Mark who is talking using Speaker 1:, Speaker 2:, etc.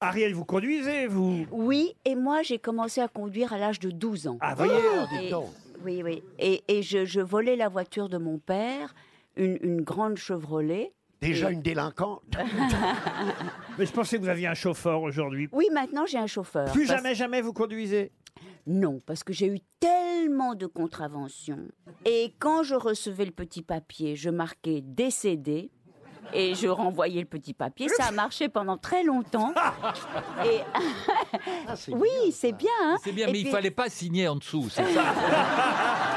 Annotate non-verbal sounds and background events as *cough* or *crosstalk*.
Speaker 1: Ariel, vous conduisez, vous
Speaker 2: Oui, et moi j'ai commencé à conduire à l'âge de 12 ans.
Speaker 1: Ah, voyez,
Speaker 2: Et- Oui, oui. Et, et je, je volais la voiture de mon père, une, une grande Chevrolet.
Speaker 3: Déjà
Speaker 2: Et-
Speaker 3: une délinquante.
Speaker 1: Mais je pensais que vous aviez un chauffeur aujourd'hui.
Speaker 2: Oui, maintenant j'ai un chauffeur.
Speaker 1: Plus
Speaker 2: Parce-
Speaker 1: jamais, jamais vous conduisez.
Speaker 2: Non, parce que j'ai eu tellement de contraventions. Et quand je recevais le petit papier, je marquais décédé. Et je renvoyais le petit papier. Ça a marché pendant très longtemps. Et- *laughs* oui, c'est bien. hein.
Speaker 4: C'est bien,
Speaker 2: Et
Speaker 4: mais il
Speaker 2: puis-
Speaker 4: fallait pas signer en dessous,
Speaker 2: *laughs*
Speaker 4: c'est ça